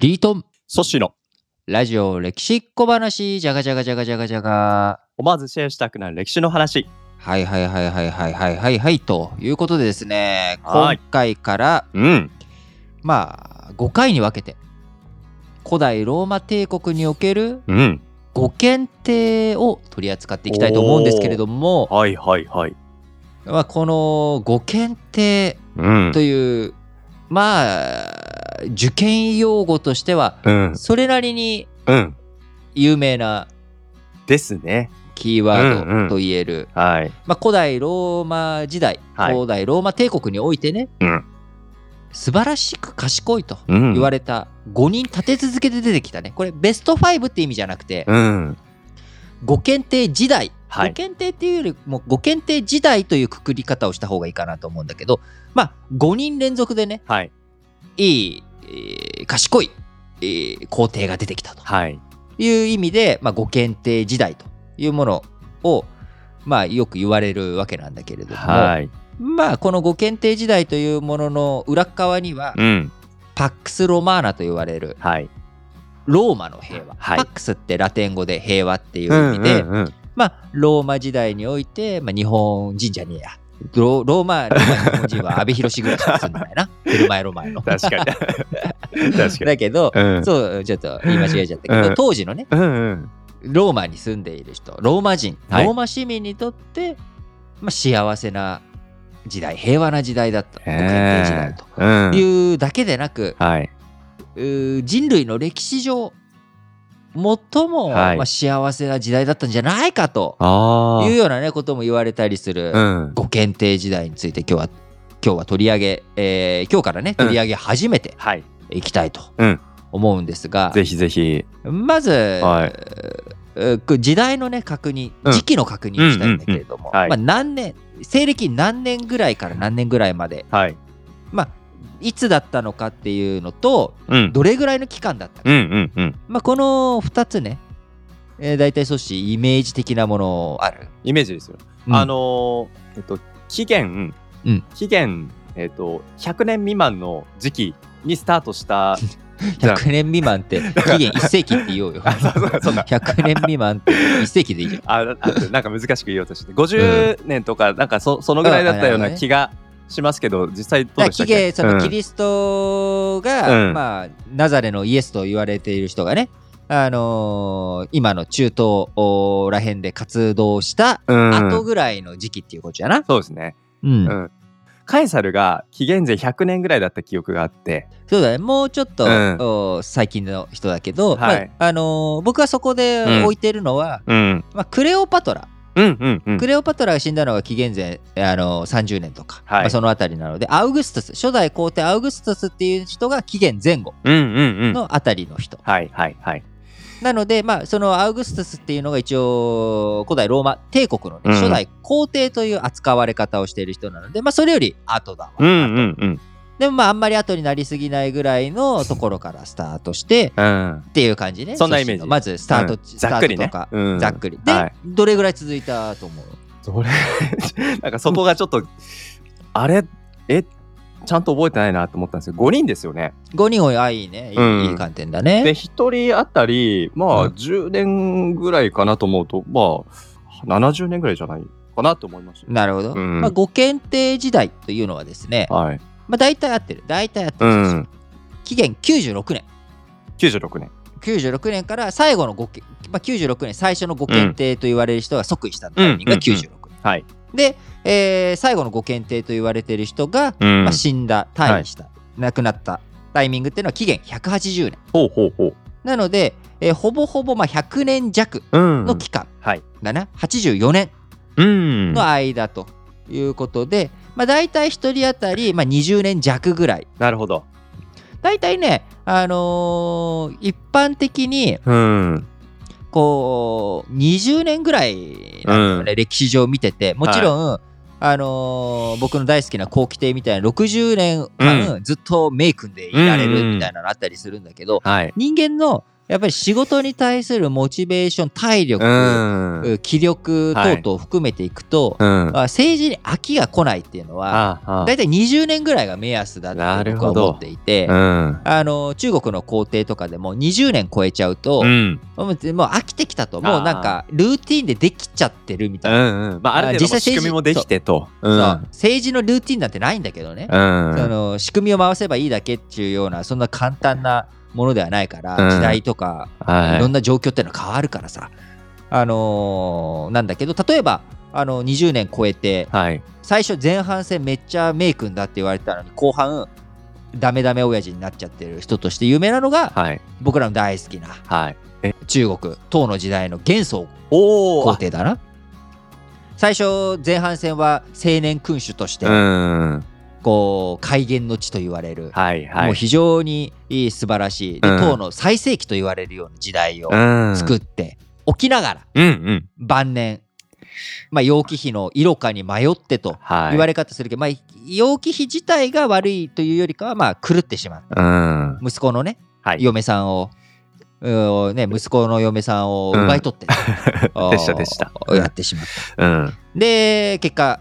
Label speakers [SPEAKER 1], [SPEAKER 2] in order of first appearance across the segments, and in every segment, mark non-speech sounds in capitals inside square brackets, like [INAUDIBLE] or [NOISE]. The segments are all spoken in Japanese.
[SPEAKER 1] リートン、
[SPEAKER 2] ソッシーの
[SPEAKER 1] ラジオ歴史小話、じゃがじゃがじゃがじゃがじゃが。
[SPEAKER 2] 思わずシェアしたくなる歴史の話。
[SPEAKER 1] はいはいはいはいはいはいはいはい、ということでですね、
[SPEAKER 2] は
[SPEAKER 1] 今
[SPEAKER 2] い
[SPEAKER 1] 回から、
[SPEAKER 2] うん。
[SPEAKER 1] まあ、5回に分けて、古代ローマ帝国における
[SPEAKER 2] うん。
[SPEAKER 1] 五検定を取り扱っていきたいと思うんですけれども、
[SPEAKER 2] はいはいはい。
[SPEAKER 1] まあ、この五検定
[SPEAKER 2] うん
[SPEAKER 1] という、まあ、受験用語としては、
[SPEAKER 2] うん。
[SPEAKER 1] それなりに
[SPEAKER 2] うん。
[SPEAKER 1] 有名な
[SPEAKER 2] ですね。
[SPEAKER 1] キーワードと言える、
[SPEAKER 2] はい。
[SPEAKER 1] まあ、古代ローマ時代、
[SPEAKER 2] はい
[SPEAKER 1] 古代ローマ帝国においてね、
[SPEAKER 2] うん
[SPEAKER 1] 素晴らしく賢いと
[SPEAKER 2] うん
[SPEAKER 1] 言われた5人立て続けて出てきたねこれベスト5って意味じゃなくて
[SPEAKER 2] うん。
[SPEAKER 1] 五検定時代、
[SPEAKER 2] はい
[SPEAKER 1] 五検定っていうよりも五検定時代というくくり方をした方がいいかなと思うんだけどまあ5人連続でね
[SPEAKER 2] はい。
[SPEAKER 1] いい、えー賢い、えー皇帝が出てきたと
[SPEAKER 2] はい。
[SPEAKER 1] いう意味で、まあ、五検定時代というものをまあよく言われるわけなんだけれども、
[SPEAKER 2] はい。
[SPEAKER 1] まあこの五検定時代というものの裏側には
[SPEAKER 2] うん。
[SPEAKER 1] パックス・ロマーナと言われる
[SPEAKER 2] はい。
[SPEAKER 1] ローマの平和、
[SPEAKER 2] はい
[SPEAKER 1] パックスってラテン語で平和っていう意味で、
[SPEAKER 2] うんうんうん
[SPEAKER 1] まあローマ時代において、まあ、日本人じゃねえやロローマローマ日本人は阿部寛ぐらいしか住んでないな
[SPEAKER 2] [LAUGHS]
[SPEAKER 1] ルマエロマエの
[SPEAKER 2] 確か [LAUGHS] に。確かに。
[SPEAKER 1] だけど、
[SPEAKER 2] うん
[SPEAKER 1] そうちょっと言い間違えちゃったけど、
[SPEAKER 2] うん
[SPEAKER 1] 当時のね
[SPEAKER 2] うんうん。
[SPEAKER 1] ローマに住んでいる人ローマ人ロ
[SPEAKER 2] はい
[SPEAKER 1] ーマ市民にとって、まあ、幸せな時代平和な時代だった
[SPEAKER 2] へ
[SPEAKER 1] 国
[SPEAKER 2] ー
[SPEAKER 1] 民帝時代と
[SPEAKER 2] うん
[SPEAKER 1] いうだけでなく、
[SPEAKER 2] はい。
[SPEAKER 1] うー人類の歴史上最も、
[SPEAKER 2] はい
[SPEAKER 1] まあ、幸せな時代だったんじゃないかと
[SPEAKER 2] あ
[SPEAKER 1] いうような、ね、ことも言われたりする、
[SPEAKER 2] あ。うん。
[SPEAKER 1] 五検定時代について今日は今日は取り上げ、えー今日からね取り上げ始めて
[SPEAKER 2] はい。
[SPEAKER 1] いきたいと
[SPEAKER 2] うん
[SPEAKER 1] 思うんですが、
[SPEAKER 2] ぜひぜひ。
[SPEAKER 1] まず、
[SPEAKER 2] はい
[SPEAKER 1] えーこう時代のね確認
[SPEAKER 2] うん
[SPEAKER 1] 時期の確認をしたいんだけれども、
[SPEAKER 2] うんうんうんはい
[SPEAKER 1] まあ、何年西暦何年ぐらいから何年ぐらいまで、
[SPEAKER 2] はい。
[SPEAKER 1] まあ、いつだったのかっていうのと
[SPEAKER 2] うん。
[SPEAKER 1] どれぐらいの期間だったか、
[SPEAKER 2] うんうんうん。
[SPEAKER 1] まあ、この2つね、えー、大体そしイメージ的なものある。
[SPEAKER 2] イメージですよ。
[SPEAKER 1] うん
[SPEAKER 2] あのー、えっと、期限、
[SPEAKER 1] うん
[SPEAKER 2] 期限、えっと、100年未満の時期にスタートした、じゃん
[SPEAKER 1] 100年未満
[SPEAKER 2] [LAUGHS]
[SPEAKER 1] って期限1世紀って言おうよ。
[SPEAKER 2] そうだそうだ
[SPEAKER 1] 100年未満って1世紀でいい
[SPEAKER 2] [LAUGHS]
[SPEAKER 1] じゃん。 [LAUGHS]
[SPEAKER 2] ああなんか難しく言おうとして、50年とか、なんかそそのぐらいだったような気がしますけど、実際ど
[SPEAKER 1] だ
[SPEAKER 2] う
[SPEAKER 1] から
[SPEAKER 2] でした
[SPEAKER 1] 期
[SPEAKER 2] っけ
[SPEAKER 1] 限そのキリストが、
[SPEAKER 2] うん
[SPEAKER 1] まあ、ナザレのイエスと言われている人がね、あのー今の中東おーらへんで活動した
[SPEAKER 2] うん
[SPEAKER 1] 後ぐらいの時期っていうことやな。
[SPEAKER 2] そうですね。
[SPEAKER 1] うん
[SPEAKER 2] うんカエサルが紀元前100年ぐらいだった記憶があって、
[SPEAKER 1] そうだねもうちょっと、
[SPEAKER 2] うん
[SPEAKER 1] おー最近の人だけど、
[SPEAKER 2] はい
[SPEAKER 1] まああのー僕がそこで置いてるのは、
[SPEAKER 2] うん、
[SPEAKER 1] まあ、クレオパトラ
[SPEAKER 2] うん、うん、うん
[SPEAKER 1] ク。レオパトラが死んだのが紀元前、あの30年とか、
[SPEAKER 2] はい
[SPEAKER 1] まあ、そのあたりなのでアウグストゥス初代皇帝アウグストゥスっていう人が紀元前後
[SPEAKER 2] うん、うん、うん。
[SPEAKER 1] のあたりの人、
[SPEAKER 2] はい、はい、はい。
[SPEAKER 1] なので、まあ、そのアウグストゥスっていうのが一応古代ローマ帝国のね、
[SPEAKER 2] うん
[SPEAKER 1] 初代皇帝という扱われ方をしている人なので、まあ、それより後だわ、
[SPEAKER 2] うん、うん、うん。
[SPEAKER 1] でもまああんまり後になりすぎないぐらいのところからスタートして
[SPEAKER 2] うん。
[SPEAKER 1] っていう感じね
[SPEAKER 2] そんなイメー
[SPEAKER 1] 組織
[SPEAKER 2] ジ
[SPEAKER 1] のまずスタート、
[SPEAKER 2] うん
[SPEAKER 1] スタ
[SPEAKER 2] ざっ
[SPEAKER 1] ート
[SPEAKER 2] くり
[SPEAKER 1] と
[SPEAKER 2] ね
[SPEAKER 1] か。
[SPEAKER 2] うん
[SPEAKER 1] ざっくりで、
[SPEAKER 2] はい
[SPEAKER 1] どれぐらい続いたと思う
[SPEAKER 2] それ [LAUGHS] なんかそこがちょっとあれえちゃんと覚えてないなと思ったんですけど5人ですよね。
[SPEAKER 1] 5人多いあいいねいい,、
[SPEAKER 2] うん
[SPEAKER 1] いい観点だね
[SPEAKER 2] で1人あたりま
[SPEAKER 1] うん
[SPEAKER 2] あ10年ぐらいかなと思うとまあ70年ぐらいじゃないかなと思いました。
[SPEAKER 1] なるほど。
[SPEAKER 2] うん
[SPEAKER 1] まあ、五検定時代というのはですね、
[SPEAKER 2] はい。
[SPEAKER 1] まあ、大体合ってる。大体合って
[SPEAKER 2] う
[SPEAKER 1] る。
[SPEAKER 2] ん。
[SPEAKER 1] 期限96年。
[SPEAKER 2] 96年。
[SPEAKER 1] 96年から最後の五検、まあ、96年最初の五検定と言われる人が即位したタイミングが96年。
[SPEAKER 2] はい。
[SPEAKER 1] で、えー最後の五検定と言われている人が、
[SPEAKER 2] うん
[SPEAKER 1] まあ、死んだ、退位した、亡くなったタイミングっていうのは期限180年。
[SPEAKER 2] ほうほうほう。
[SPEAKER 1] なので、えーほぼほぼまあ100年弱
[SPEAKER 2] うん
[SPEAKER 1] の期間
[SPEAKER 2] はい。
[SPEAKER 1] だな、84年
[SPEAKER 2] うん
[SPEAKER 1] の間ということで、まあ、大体1人当たり、まあ、20年弱ぐらい
[SPEAKER 2] なるほど。
[SPEAKER 1] 大体ね、あのー一般的に
[SPEAKER 2] うん。
[SPEAKER 1] こう20年ぐらいなんだよね、歴史上見ててもちろん、あのー僕の大好きな後期帝みたいな60年間、ずっとメイクんでいられるみたいなのあったりするんだけど、
[SPEAKER 2] はい。
[SPEAKER 1] 人間のやっぱり仕事に対するモチベーション、体力、
[SPEAKER 2] うん。うん。
[SPEAKER 1] 気力等々を含めていくと、
[SPEAKER 2] あ
[SPEAKER 1] まあ政治に飽きが来ないっていうのは、
[SPEAKER 2] あ
[SPEAKER 1] 大体20年ぐらいが目安だっ
[SPEAKER 2] な
[SPEAKER 1] て
[SPEAKER 2] る
[SPEAKER 1] 僕は
[SPEAKER 2] ほど
[SPEAKER 1] 思っていて、
[SPEAKER 2] うん。
[SPEAKER 1] あの中国の皇帝とかでも20年超えちゃうと、
[SPEAKER 2] うん。
[SPEAKER 1] もうもう飽きてきたと、もうなんかルーティンでできちゃってるみた
[SPEAKER 2] う
[SPEAKER 1] いな、
[SPEAKER 2] んうん。まあ、ある程
[SPEAKER 1] 実
[SPEAKER 2] 度も
[SPEAKER 1] 際
[SPEAKER 2] う仕組みもできてと。う。
[SPEAKER 1] そうん政治のルーティンなんてないんだけどね、
[SPEAKER 2] うん。
[SPEAKER 1] その仕組みを回せばいいだけっていうようなそんな簡単なものではないから、
[SPEAKER 2] うん
[SPEAKER 1] 時代とか
[SPEAKER 2] はいい
[SPEAKER 1] ろんな状況ってのは変わるからさ、あのーなんだけど例えばあの20年超えて
[SPEAKER 2] はい。
[SPEAKER 1] 最初前半戦めっちゃメイ君だって言われてたのに後半ダメダメ親父になっちゃってる人として有名なのが
[SPEAKER 2] はい。
[SPEAKER 1] 僕らの大好きな
[SPEAKER 2] はい。
[SPEAKER 1] 中国唐の時代の元宋
[SPEAKER 2] おお
[SPEAKER 1] 皇。帝だな最初前半戦は青年君主として
[SPEAKER 2] うん。
[SPEAKER 1] こう改元の地と言われる
[SPEAKER 2] はいは
[SPEAKER 1] もう
[SPEAKER 2] い。
[SPEAKER 1] 非常にいい素晴らしい、で
[SPEAKER 2] うん
[SPEAKER 1] 唐の最盛期と言われるような時代を
[SPEAKER 2] うん。
[SPEAKER 1] 作っておきながら
[SPEAKER 2] うんうん。
[SPEAKER 1] 晩年、まあ、楊貴妃の色化に迷ってと
[SPEAKER 2] はい。
[SPEAKER 1] 言われ方するけど、まあ、楊貴妃自体が悪いというよりかは、まあ、狂ってしまう
[SPEAKER 2] うん。
[SPEAKER 1] 息子のね、
[SPEAKER 2] はい
[SPEAKER 1] 嫁さんを。うんね、息子の嫁さんを奪い取って、 [LAUGHS]
[SPEAKER 2] でしたでした。
[SPEAKER 1] やってしまった
[SPEAKER 2] うん。
[SPEAKER 1] で結果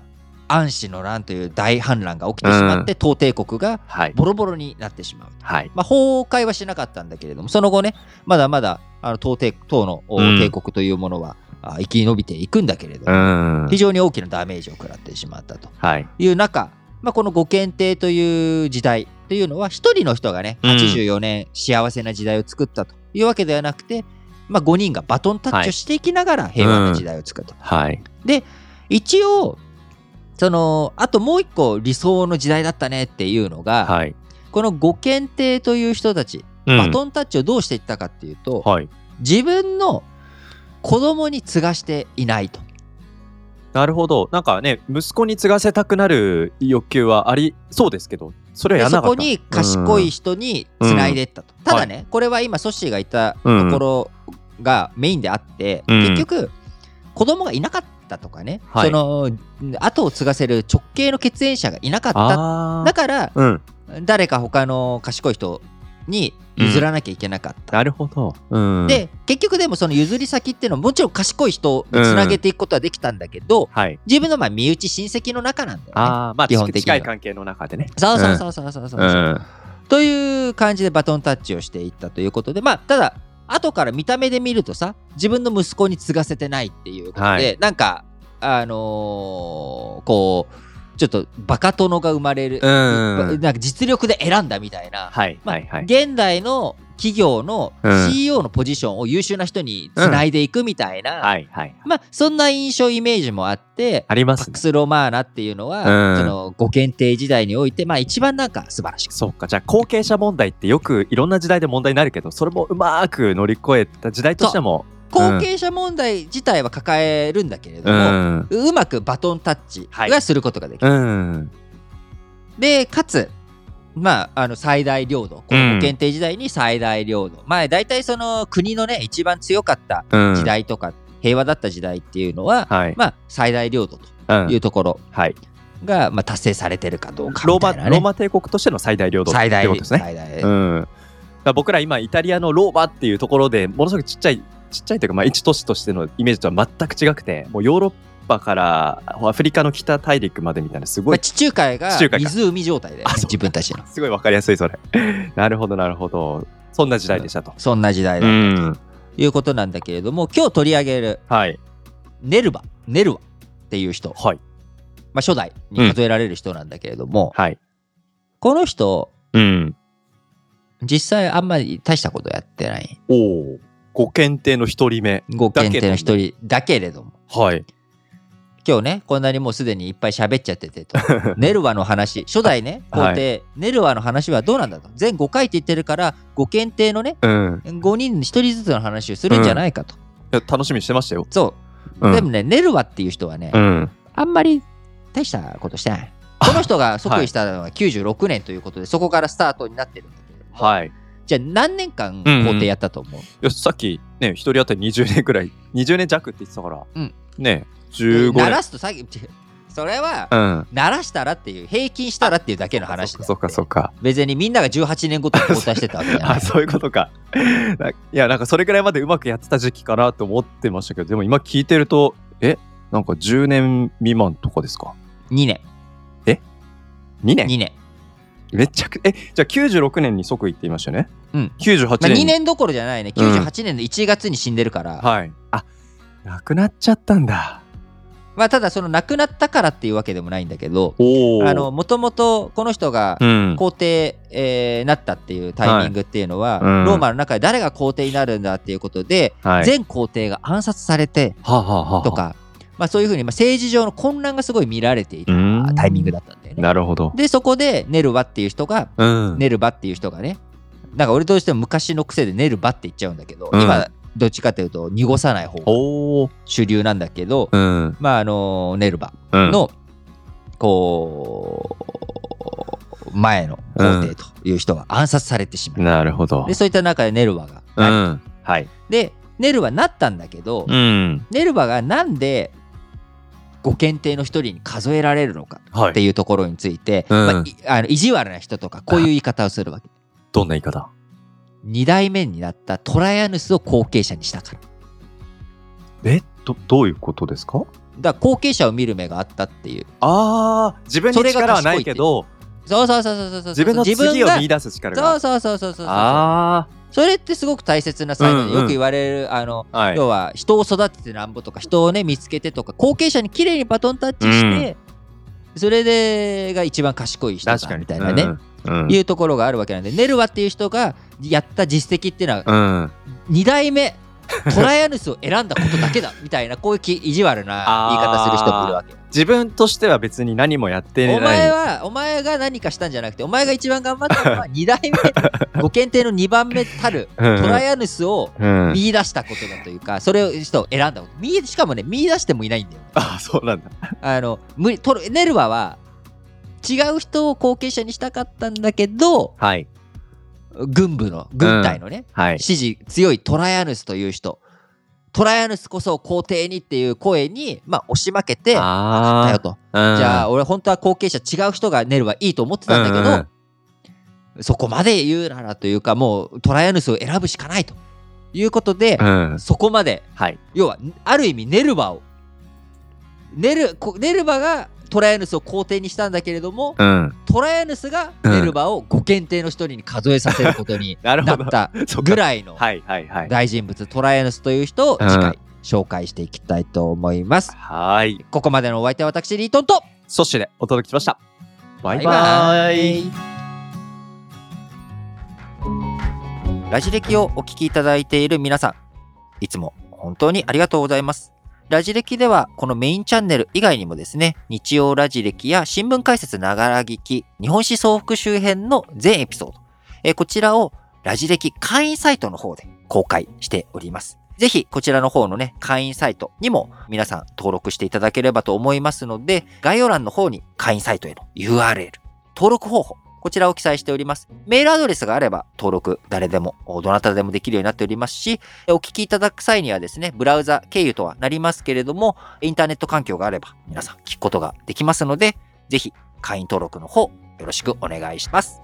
[SPEAKER 1] 安史の乱という大反乱が起きてしまって、唐帝国が
[SPEAKER 2] はい。
[SPEAKER 1] ボロボロになってしまう
[SPEAKER 2] はい。
[SPEAKER 1] まあ、崩壊はしなかったんだけれども、その後ね、まだまだあの唐帝唐のお
[SPEAKER 2] うん
[SPEAKER 1] 帝国というものは、あ生き延びていくんだけれど
[SPEAKER 2] う
[SPEAKER 1] も、
[SPEAKER 2] ん。
[SPEAKER 1] 非常に大きなダメージを食らってしまったと
[SPEAKER 2] はい。
[SPEAKER 1] いう中、まあ、この五検定という時代というのは、一人の人がね、
[SPEAKER 2] うん
[SPEAKER 1] 84年、幸せな時代を作ったというわけではなくて、まあ、5人がバトンタッチをしていきながら平和な時代を作ったと。
[SPEAKER 2] はい。
[SPEAKER 1] 一応そのあともう一個理想の時代だったねっていうのが、
[SPEAKER 2] はい。
[SPEAKER 1] この五検定という人たちバトンタッチをどうしていったかっていうと、
[SPEAKER 2] はい。
[SPEAKER 1] 自分の子供に継がしていないと。
[SPEAKER 2] なるほど。なんかね、息子に継がせたくなる欲求はありそうですけど、それは
[SPEAKER 1] で
[SPEAKER 2] やらな
[SPEAKER 1] そ
[SPEAKER 2] かった。
[SPEAKER 1] こに賢い人につないでいったと。ただね、これは今ソッシーがいたところがメインであって、
[SPEAKER 2] うん
[SPEAKER 1] 結局子供がいなかったとかね、
[SPEAKER 2] はい
[SPEAKER 1] その後を継がせる直系の血縁者がいなかった。
[SPEAKER 2] あ
[SPEAKER 1] だから
[SPEAKER 2] あ。うん。
[SPEAKER 1] 誰か他の賢い人に譲らなきゃいけなかった。
[SPEAKER 2] なるほど。うん。、
[SPEAKER 1] で結局でもその譲り先っていうのはもちろん賢い人につなげていくことはできたんだけど、
[SPEAKER 2] はい。
[SPEAKER 1] 自分のまあ身内親戚の中なんだよね。
[SPEAKER 2] ああ、まあ、
[SPEAKER 1] 基本的には
[SPEAKER 2] 近い関係の中でね。
[SPEAKER 1] そうそうそうそうそうそう、
[SPEAKER 2] ん。
[SPEAKER 1] という感じでバトンタッチをしていったということでまあただ後から見た目で見るとさ自分の息子に継がせてないっていうことで、
[SPEAKER 2] はい
[SPEAKER 1] なんかあのーこうちょっとバカ殿が生まれる、
[SPEAKER 2] うん
[SPEAKER 1] なんか実力で選んだみたいな、
[SPEAKER 2] はい。
[SPEAKER 1] まあ
[SPEAKER 2] はい。はい。
[SPEAKER 1] 現代の企業の
[SPEAKER 2] うん
[SPEAKER 1] CEO のポジションを優秀な人につないでいくみたいな、
[SPEAKER 2] はい。はい。
[SPEAKER 1] まあ、そんな印象イメージもあって、
[SPEAKER 2] ありま
[SPEAKER 1] パ
[SPEAKER 2] す
[SPEAKER 1] ック
[SPEAKER 2] ね。
[SPEAKER 1] ス・ロマーナっていうのは、
[SPEAKER 2] うん
[SPEAKER 1] そのご検定時代において、まあ、一番なんか素晴らしく
[SPEAKER 2] そうか。じゃあ、後継者問題ってよくいろんな時代で問題になるけど、それもうまく乗り越えた時代としても。
[SPEAKER 1] 後継者問題自体は抱えるんだけれど
[SPEAKER 2] う
[SPEAKER 1] も、
[SPEAKER 2] ん。
[SPEAKER 1] うまくバトンタッチ
[SPEAKER 2] はい
[SPEAKER 1] がすることができる、
[SPEAKER 2] うん。
[SPEAKER 1] でかつまあ、あの最大領土、このご検定時代に最大領土、まあ大体その国のね、一番強かった
[SPEAKER 2] うん。
[SPEAKER 1] 時。代とか、平和だった時代っていうのは、
[SPEAKER 2] はい。
[SPEAKER 1] まあ最大領土と
[SPEAKER 2] うん
[SPEAKER 1] いうところ
[SPEAKER 2] はい。
[SPEAKER 1] が、まあ、達成されてるかどうか
[SPEAKER 2] ロ
[SPEAKER 1] み
[SPEAKER 2] ー
[SPEAKER 1] た
[SPEAKER 2] マ
[SPEAKER 1] いな、ね、
[SPEAKER 2] ローマ帝国としての最大領土って
[SPEAKER 1] 最大
[SPEAKER 2] ことですね。
[SPEAKER 1] 最大、
[SPEAKER 2] うん、だから僕ら今イタリアのローマっていうところでものすごくちっちゃいちっちゃいというかまあ一都市としてのイメージとは全く違くてもうヨーロッパからアフリカの北大陸までみたいなすご
[SPEAKER 1] まあ、
[SPEAKER 2] い
[SPEAKER 1] 地中海が
[SPEAKER 2] 地中海か
[SPEAKER 1] 湖状態で、ね
[SPEAKER 2] [LAUGHS] あ、そう
[SPEAKER 1] 自分たちの
[SPEAKER 2] すごいわかりやすいそれなるほどなるほどそんな時代でしたと、
[SPEAKER 1] そんな時代
[SPEAKER 2] う
[SPEAKER 1] だと
[SPEAKER 2] ん、
[SPEAKER 1] いうことなんだけれども、今日取り上げる
[SPEAKER 2] はい
[SPEAKER 1] ネルバネルワっていう人、
[SPEAKER 2] はい
[SPEAKER 1] まあ、初代に数えられる人なんだけれども、
[SPEAKER 2] はい
[SPEAKER 1] この人
[SPEAKER 2] うん
[SPEAKER 1] 実際あんまり大したことやってない
[SPEAKER 2] おおご検定の一人目
[SPEAKER 1] ご検定の一人だけれども
[SPEAKER 2] はい
[SPEAKER 1] 今日ねこんなにもうすでにいっぱい喋っちゃって [LAUGHS] てとネルワの話初代ね
[SPEAKER 2] はい
[SPEAKER 1] 皇帝、ネルワの話はどうなんだと全5回って言ってるからご検定のね
[SPEAKER 2] うん
[SPEAKER 1] 5人に1人ずつの話をするんじゃないかと、
[SPEAKER 2] いや楽しみにしてましたよ
[SPEAKER 1] そう、
[SPEAKER 2] うん
[SPEAKER 1] でもねネルワっていう人はね、
[SPEAKER 2] うん
[SPEAKER 1] あんまり大したことしてないこの人が即位した
[SPEAKER 2] [LAUGHS]
[SPEAKER 1] のは96年ということで、そこからスタートになってるんだけど、
[SPEAKER 2] はいい
[SPEAKER 1] じゃあ何年間
[SPEAKER 2] うんうん
[SPEAKER 1] 皇帝やったと思う、
[SPEAKER 2] やさっきね一人当たり20年くらい20年弱って言ってたから、
[SPEAKER 1] うん
[SPEAKER 2] ね15
[SPEAKER 1] 鳴
[SPEAKER 2] 年
[SPEAKER 1] らすとさっき [LAUGHS] それは
[SPEAKER 2] うん。
[SPEAKER 1] 鳴らしたらっていう平均したらっていうだけの話だ
[SPEAKER 2] そっかそっか。
[SPEAKER 1] 別にみんなが18年ごとに交代してたわけじゃな
[SPEAKER 2] [LAUGHS] あ、
[SPEAKER 1] い
[SPEAKER 2] そういうことか。ないやなんかそれぐらいまでうまくやってた時期かなと思ってましたけどでも今聞いてるとえなんか10年未満とかですか
[SPEAKER 1] 2年
[SPEAKER 2] 2年
[SPEAKER 1] 2年、
[SPEAKER 2] めちゃくえじゃあ96年に即行っていましたよね
[SPEAKER 1] うん
[SPEAKER 2] 98
[SPEAKER 1] まあ、
[SPEAKER 2] 年に
[SPEAKER 1] 2年どころじゃないね
[SPEAKER 2] うん
[SPEAKER 1] 98年の1月に死んでるから、
[SPEAKER 2] はいあなくなっちゃったんだ
[SPEAKER 1] まあ、ただその亡くなったからっていうわけでもないんだけど
[SPEAKER 2] おー
[SPEAKER 1] あのもともとこの人が
[SPEAKER 2] うん
[SPEAKER 1] 皇帝、えーなったっていうタイミングっていうのは、
[SPEAKER 2] はいうん
[SPEAKER 1] ローマの中で誰が皇帝になるんだっていうことで、
[SPEAKER 2] はい
[SPEAKER 1] 全皇帝が暗殺されて
[SPEAKER 2] はあはあはあはあ
[SPEAKER 1] とか、まあ、そういうふうに、まあ、政治上の混乱がすごい見られていた
[SPEAKER 2] うん
[SPEAKER 1] タイミングだったんだよね。
[SPEAKER 2] なるほど
[SPEAKER 1] でそこでネルバっていう人が
[SPEAKER 2] うん
[SPEAKER 1] ネルバっていう人がねなんか俺どうしても昔の癖でネルバって言っちゃうんだけど、
[SPEAKER 2] うん
[SPEAKER 1] 今どっちかというと濁さない方が
[SPEAKER 2] おお
[SPEAKER 1] 主流なんだけど、
[SPEAKER 2] うん
[SPEAKER 1] まああのネルバ
[SPEAKER 2] うん
[SPEAKER 1] の、こう前の皇帝という人が暗殺されてしまう、
[SPEAKER 2] なるほど
[SPEAKER 1] でそういった中でネルバが、
[SPEAKER 2] うんはい
[SPEAKER 1] でネルバなったんだけど、
[SPEAKER 2] うん
[SPEAKER 1] ネルバがなんでご検定の一人に数えられるのか
[SPEAKER 2] は
[SPEAKER 1] っていうところについて、
[SPEAKER 2] うん
[SPEAKER 1] まあいあの意地悪な人とかこういう言い方をするわけ
[SPEAKER 2] どんな言い方
[SPEAKER 1] 2代目になったトライアヌスを後継者にしたから
[SPEAKER 2] えどどういうことですか
[SPEAKER 1] だから後継者を見る目があったっていう
[SPEAKER 2] ああ自分に力はないけど
[SPEAKER 1] そうそうそうそうそうそう
[SPEAKER 2] 自分の次を見出す力が
[SPEAKER 1] そうそうそうそうそうそう
[SPEAKER 2] あ
[SPEAKER 1] それってすごく大切な才能
[SPEAKER 2] うん
[SPEAKER 1] で
[SPEAKER 2] うん
[SPEAKER 1] よく言われる、あの
[SPEAKER 2] あはい
[SPEAKER 1] 要は人を育ててなんぼとか人をね見つけてとか後継者に綺麗にバトンタッチして、それでが一番賢い人
[SPEAKER 2] 確
[SPEAKER 1] だ
[SPEAKER 2] かに
[SPEAKER 1] みたいなね、
[SPEAKER 2] うん
[SPEAKER 1] いうところがあるわけなんでネルワっていう人がやった実績っていうのは
[SPEAKER 2] うんうん
[SPEAKER 1] 2代目トライアヌスを選んだことだけ [LAUGHS] だみたいなこういうき意地悪な言い方する人もいるわけ
[SPEAKER 2] 自分としては別に何もやってない
[SPEAKER 1] お前はお前が何かしたんじゃなくてお前が一番頑張ったのは2代目ご検定の2番目たる
[SPEAKER 2] うん
[SPEAKER 1] トライアヌスを
[SPEAKER 2] うん
[SPEAKER 1] 見出したことだというかそれを人を選んだこと見しかもね見出してもいないんだよ
[SPEAKER 2] あそうなんだ
[SPEAKER 1] あの無理トルネルバは違う人を後継者にしたかったんだけど
[SPEAKER 2] はい
[SPEAKER 1] 軍部の軍隊のね、
[SPEAKER 2] はい
[SPEAKER 1] 支持強いトライアヌスという人トライアヌスこそ皇帝にっていう声に、まあ、押し負けてだよ
[SPEAKER 2] あ
[SPEAKER 1] と
[SPEAKER 2] あ
[SPEAKER 1] じゃ
[SPEAKER 2] あ
[SPEAKER 1] あ俺本当は後継者違う人がネルはいいと思ってたんだけど、そこまで言うならというかもうトライアヌスを選ぶしかないということで、
[SPEAKER 2] うん
[SPEAKER 1] そこまで
[SPEAKER 2] はい
[SPEAKER 1] 要はある意味ネルバをネルこネルバがトライアヌスを皇帝にしたんだけれども
[SPEAKER 2] うん
[SPEAKER 1] トライアヌスがネルバをご検定の一人に数えさせることに
[SPEAKER 2] [LAUGHS] なる
[SPEAKER 1] な
[SPEAKER 2] ほ
[SPEAKER 1] っ
[SPEAKER 2] ど
[SPEAKER 1] た
[SPEAKER 2] そっ
[SPEAKER 1] ぐ
[SPEAKER 2] から
[SPEAKER 1] いの
[SPEAKER 2] はいはいはい
[SPEAKER 1] 大人物トライアヌスという人を次
[SPEAKER 2] う
[SPEAKER 1] 回
[SPEAKER 2] ん
[SPEAKER 1] 紹介していきたいと思います。
[SPEAKER 2] はい
[SPEAKER 1] ここまでのお相手は私リートンと
[SPEAKER 2] そしてでお届けしましたバイバ
[SPEAKER 1] バ
[SPEAKER 2] イ
[SPEAKER 1] イラジ歴をお聞きいただいている皆さん、いつも本当にありがとうございます。ラジ歴ではこのメインチャンネル以外にもですね、日曜ラジ歴や新聞解説ながら聞き、日本史総復周辺の全エピソード、えーこちらをラジ歴会員サイトの方で公開しております。ぜひこちらの方のね、会員サイトにも皆さん登録していただければと思いますので、概要欄の方に会員サイトへの URL、登録方法、こちらを記載しております。メールアドレスがあれば登録誰でも、おどなたでもできるようになっておりますし、お聞きいただく際にはですね、ブラウザ経由とはなりますけれども、インターネット環境があれば皆さん聞くことができますので、ぜひ会員登録の方よろしくお願いします。